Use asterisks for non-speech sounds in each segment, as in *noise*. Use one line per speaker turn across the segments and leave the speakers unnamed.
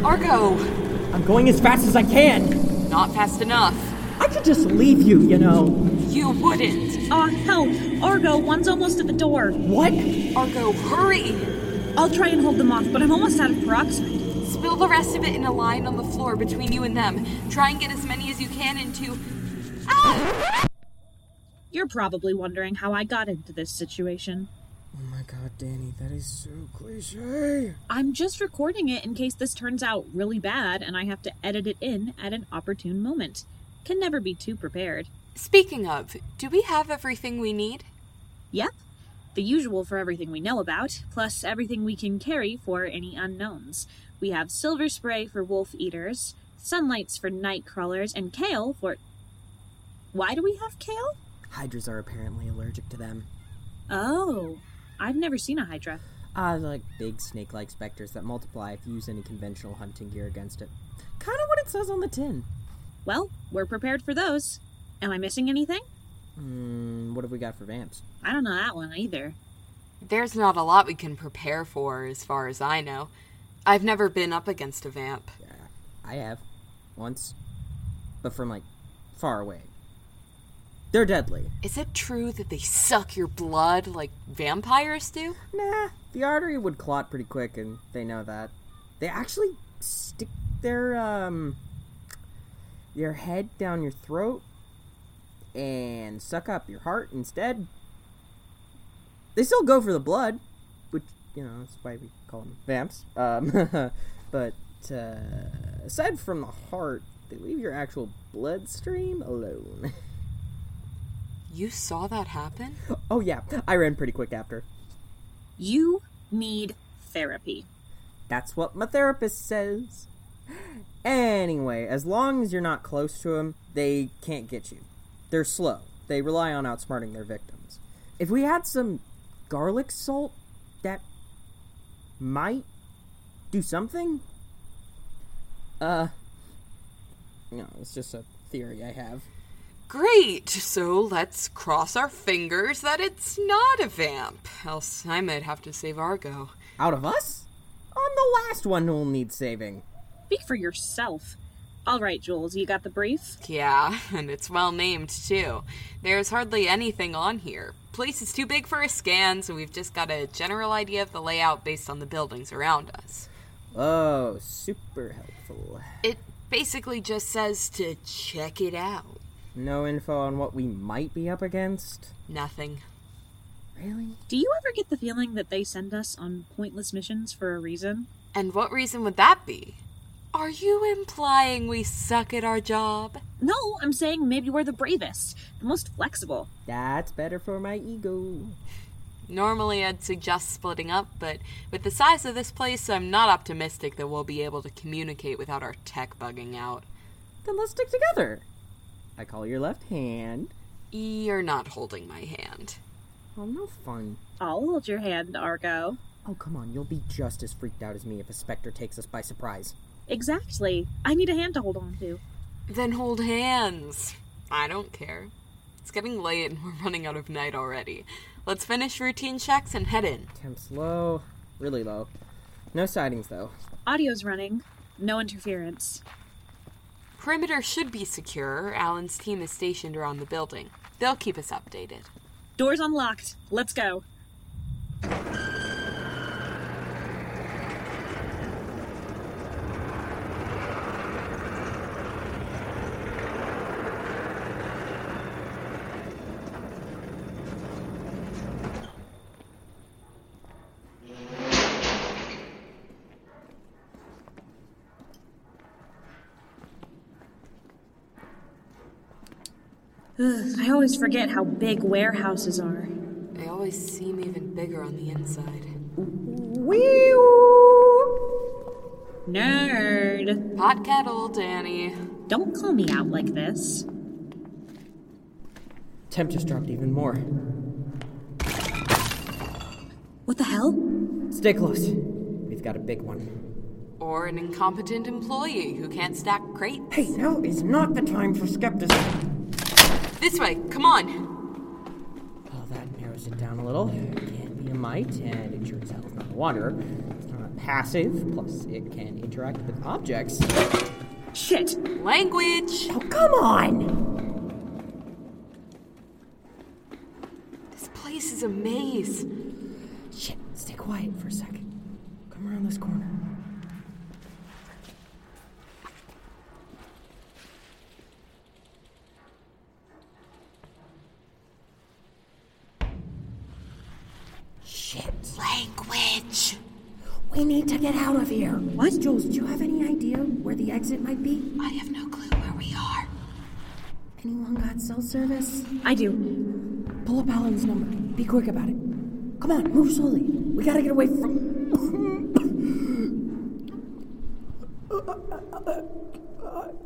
Marco,
I'm going as fast as I can.
not fast enough.
I could just leave you, you know.
You wouldn't.
Aw, help! Argo, one's almost at the door.
What?
Argo, hurry!
I'll try and hold them off, but I'm almost out of peroxide.
Spill the rest of it in a line on the floor between you and them. Try and get as many as you can into. Ah!
You're probably wondering how I got into this situation.
Oh my god, Danny, that is so cliche.
I'm just recording it in case this turns out really bad and I have to edit it in at an opportune moment. Can never be too prepared.
Speaking of, do we have everything we need?
Yep. The usual for everything we know about, plus everything we can carry for any unknowns. We have silver spray for wolf eaters, sunlights for night crawlers, and kale for. Why do we have kale?
Hydras are apparently allergic to them.
Oh, I've never seen a Hydra.
Ah, they're like big snake like specters that multiply if you use any conventional hunting gear against it. Kind of what it says on the tin.
Well, we're prepared for those. Am I missing anything?
Hmm, what have we got for vamps?
I don't know that one either.
There's not a lot we can prepare for, as far as I know. I've never been up against a vamp.
I have. Once. But from like far away. They're deadly.
Is it true that they suck your blood like vampires do?
Nah, the artery would clot pretty quick, and they know that. They actually stick their um their head down your throat and suck up your heart instead. They still go for the blood, which you know that's why we call them vamps. Um, *laughs* but uh, aside from the heart, they leave your actual bloodstream alone. *laughs*
You saw that happen?
oh yeah, I ran pretty quick after.
You need therapy.
That's what my therapist says. Anyway, as long as you're not close to them, they can't get you. They're slow. They rely on outsmarting their victims. If we had some garlic salt, that might do something. Uh, no, it's just a theory I have.
Great, so let's cross our fingers that it's not a vamp, else I might have to save Argo.
Out of us, I'm the last one who'll need saving.
Speak for yourself. All right, Jules, you got the brief?
Yeah, *laughs* and it's well named too. There's hardly anything on here. Place is too big for a scan, so we've just got a general idea of the layout based on the buildings around us.
Oh, super helpful.
It basically just says to check it out.
No info on what we might be up against.
Nothing.
Really?
Do you ever get the feeling that they send us on pointless missions for a reason?
And what reason would that be? Are you implying we suck at our job?
No, I'm saying maybe we're the bravest, the most flexible.
That's better for my ego.
Normally, I'd suggest splitting up, but with the size of this place, I'm not optimistic that we'll be able to communicate without our tech bugging out.
Then let's stick together. I call your left hand.
You're not holding my hand.
Oh, no fun.
I'll hold your hand, Argo.
Oh, come on, you'll be just as freaked out as me if a specter takes us by surprise.
Exactly. I need a hand to hold on to.
Then hold hands. I don't care. It's getting late and *laughs* we're running out of night already. Let's finish routine checks and head in.
Temps low, really low. No sightings, though.
Audio's running. No interference.
Perimeter should be secure. Alan's team is stationed around the building. They'll keep us updated.
Doors unlocked. Let's go. Ugh, I always forget how big warehouses are.
They always seem even bigger on the inside.
Nerd.
Pot kettle, Danny.
Don't call me out like this.
Temp just dropped even more.
What the hell?
Stay close. We've got a big one.
Or an incompetent employee who can't stack crates.
Hey, now is not the time for skepticism.
This way, come on.
Well, that narrows it down a little. Can't be dynamite and ensures health, not water. It's not passive, plus it can interact with objects.
Shit!
Language!
Oh, come on!
This place is a maze.
Shit, stay quiet for a second. Come around this corner. Shit.
Language!
We need to get out of here.
What?
Jules, do you have any idea where the exit might be?
I have no clue where we are.
Anyone got cell service?
I do.
Pull up Alan's number. Be quick about it. Come on, move slowly. We gotta get away from.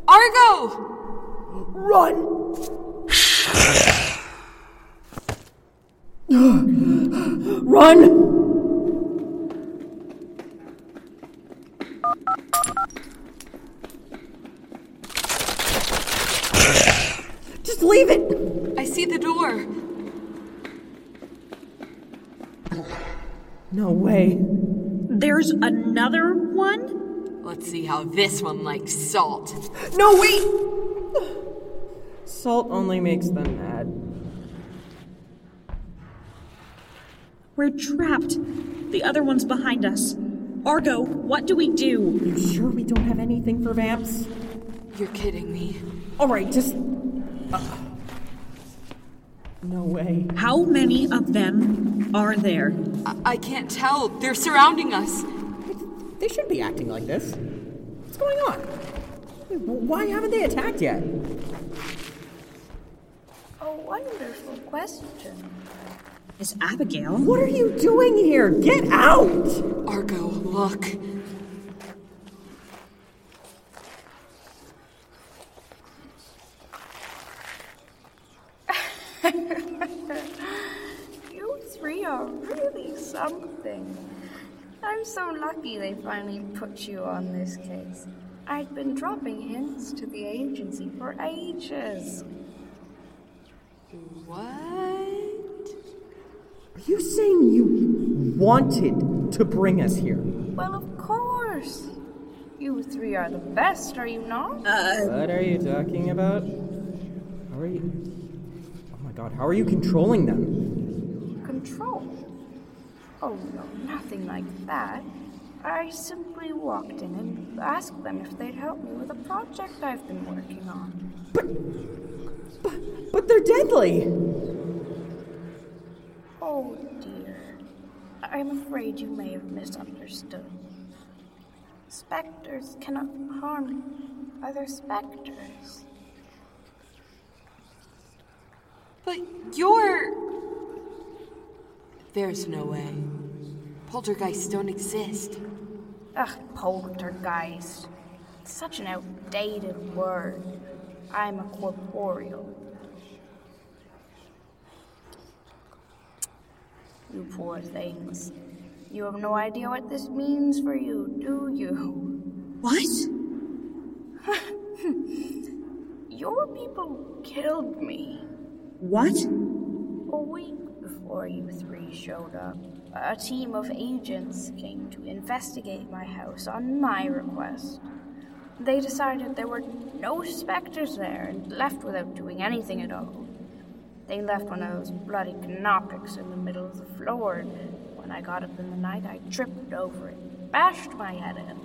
Argo!
Run! Run! Just leave it!
I see the door.
No way.
There's another one?
Let's see how this one likes salt.
No, wait! Salt only makes them mad.
We're trapped. The other one's behind us. Argo, what do we do?
You sure we don't have anything for vamps?
You're kidding me.
Alright, just. No way.
How many of them are there?
I, I can't tell. They're surrounding us.
They should be acting like this. What's going on? Wait, wh- Why haven't they attacked yet?
A wonderful question.
Is Abigail?
What are you doing here? Get out!
Argo, look.
You three are really something. I'm so lucky they finally put you on this case. I've been dropping hints to the agency for ages.
What?
Are you saying you wanted to bring us here?
Well, of course. You three are the best, are you not?
What are you talking about? How are you. Oh my god, how are you controlling them?
Control. Oh no, nothing like that. I simply walked in and asked them if they'd help me with a project I've been working on.
But they're deadly!
Oh dear. I'm afraid you may have misunderstood. Spectres cannot harm other spectres.
But you're. There's no way. Poltergeists don't exist.
Ugh, poltergeist. Such an outdated word. I'm a corporeal. You poor things. You have no idea what this means for you, do you?
What?
Your people killed me
What?
a week before you three showed up. A team of agents came to investigate my house on my request. They decided there were no specters there and left without doing anything at all. They left one of those bloody canopics in the middle of the floor, and when I got up in the night, I tripped over it, and bashed my head in.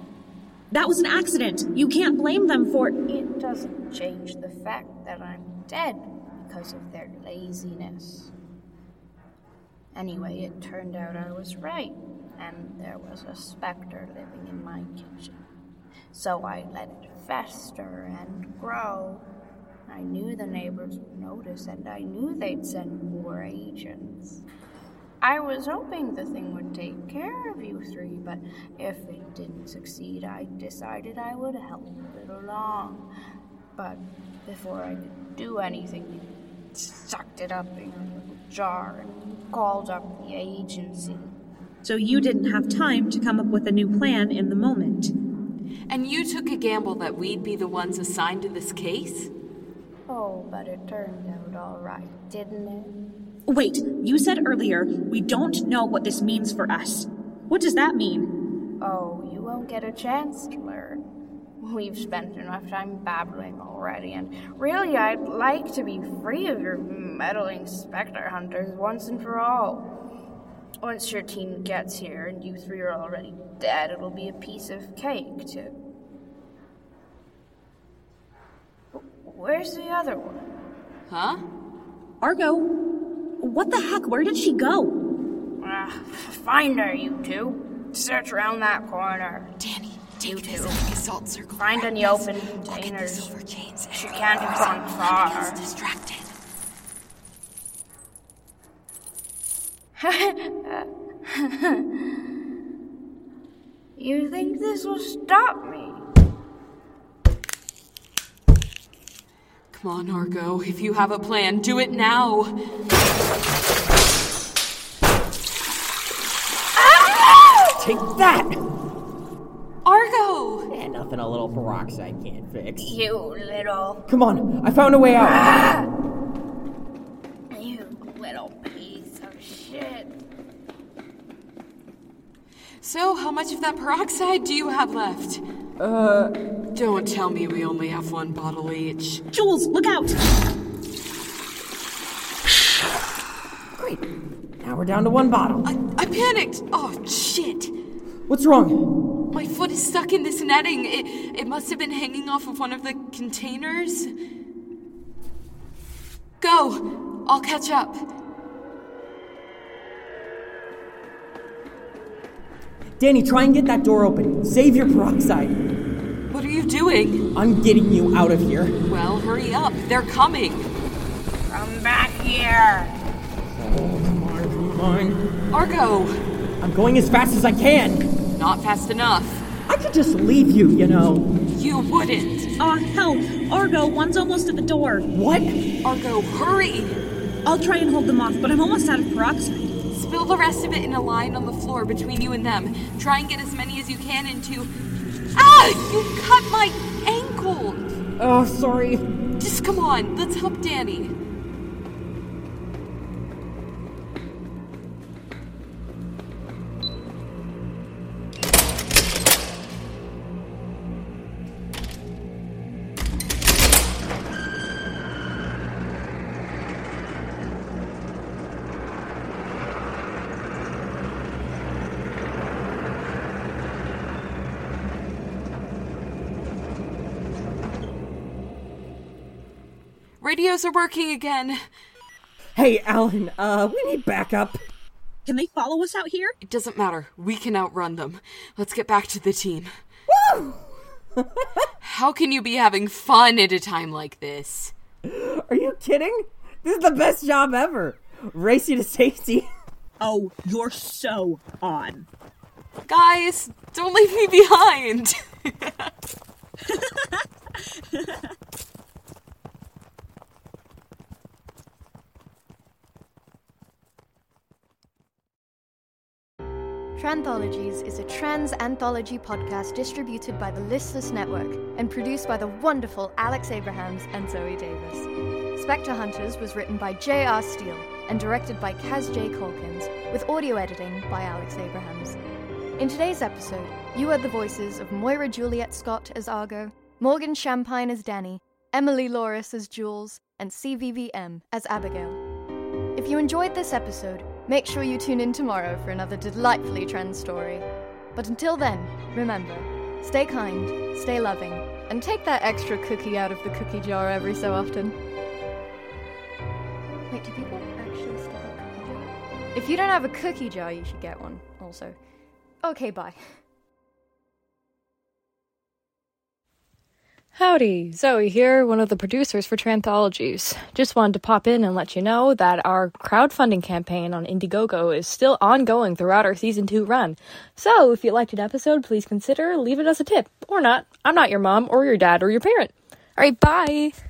That was an accident. You can't blame them for.
It doesn't change the fact that I'm dead because of their laziness. Anyway, it turned out I was right, and there was a specter living in my kitchen. So I let it fester and grow. I knew the neighbors would notice, and I knew they'd send more agents. I was hoping the thing would take care of you three, but if it didn't succeed, I decided I would help it along. But before I could do anything, you sucked it up in your little jar and called up the agency.
So you didn't have time to come up with a new plan in the moment.
And you took a gamble that we'd be the ones assigned to this case?
Oh, but it turned out all right, didn't it?
Wait, you said earlier we don't know what this means for us. What does that mean?
Oh, you won't get a chance to learn. We've spent enough time babbling already, and really, I'd like to be free of your meddling specter hunters once and for all. Once your team gets here and you three are already dead, it'll be a piece of cake to. Wh- Where's the other one?
Huh?
Argo, what the heck? Where did she go?
Ah, find her, you two. Search around that corner.
Danny,
You
take this
too.
like a salt circle.
Find
around
any
this.
open
Look at the
containers.
silver chains.
She can't have gone far.
Everyone's distracted.
*laughs* You think this will stop me?
Come on, Argo. If you have a plan, do it now.
Take that!
Argo!
And nothing a little peroxide can't fix.
You little,
Come on, I found a way out.
you little piece of shit.
So, how much of that peroxide do you have left? Uh. Don't tell me we only have one bottle each.
Jules, look out!
Great. Now we're down to one bottle.
I, I panicked! Oh, shit!
What's wrong?
My foot is stuck in this netting. It, it must have been hanging off of one of the containers. Go! I'll catch up.
Danny, try and get that door open. Save your peroxide.
What are you doing?
I'm getting you out of here.
Well, hurry up. They're coming.
Come back here.
Come on, come on.
Argo!
I'm going as fast as I can.
Not fast enough.
I could just leave you, you know.
You wouldn't.
Aw, hell, Ah, Argo, one's almost at the door.
What?
Argo, hurry!
I'll try and hold them off, but I'm almost out of peroxide.
Spill the rest of it in a line on the floor between you and them. Try and get as many as you can into. Ah! You cut my ankle!
Oh, sorry.
Just come on, let's help Danny. Radios are working again.
Hey, Alan, uh, we need backup.
Can they follow us out here?
It doesn't matter. We can outrun them. Let's get back to the team. Woo!
*laughs*
How can you be having fun at a time like this?
Are you kidding? This is the best job ever. Race you to safety.
Oh, you're so on.
Guys, don't leave me behind!
Tranthologies is a trans anthology podcast distributed by the Listless Network and produced by the wonderful Alex Abrahams and Zoe Davis. Spectre Hunters was written by J.R. Steele and directed by Kaz J. Calkins, with audio editing by Alex Abrahams. In today's episode, you heard the voices of Moira Juliet Scott as Argo, Morgan Champagne as Danny, Emily Loris as Jules, and CVVM as Abigail. If you enjoyed this episode, make sure you tune in tomorrow for another delightfully trans story. But until then, remember stay kind, stay loving, and take that extra cookie out of the cookie jar every so often. Wait, do people actually still have cookie jar? If you don't have a cookie jar, you should get one, also. Okay, bye.
Howdy, Zoe here, one of the producers for Tranthologies. Just wanted to pop in and let you know that our crowdfunding campaign on Indiegogo is still ongoing throughout our season 2 run. So, if you liked an episode, please consider leaving us a tip or not. I'm not your mom or your dad or your parent. All right, bye.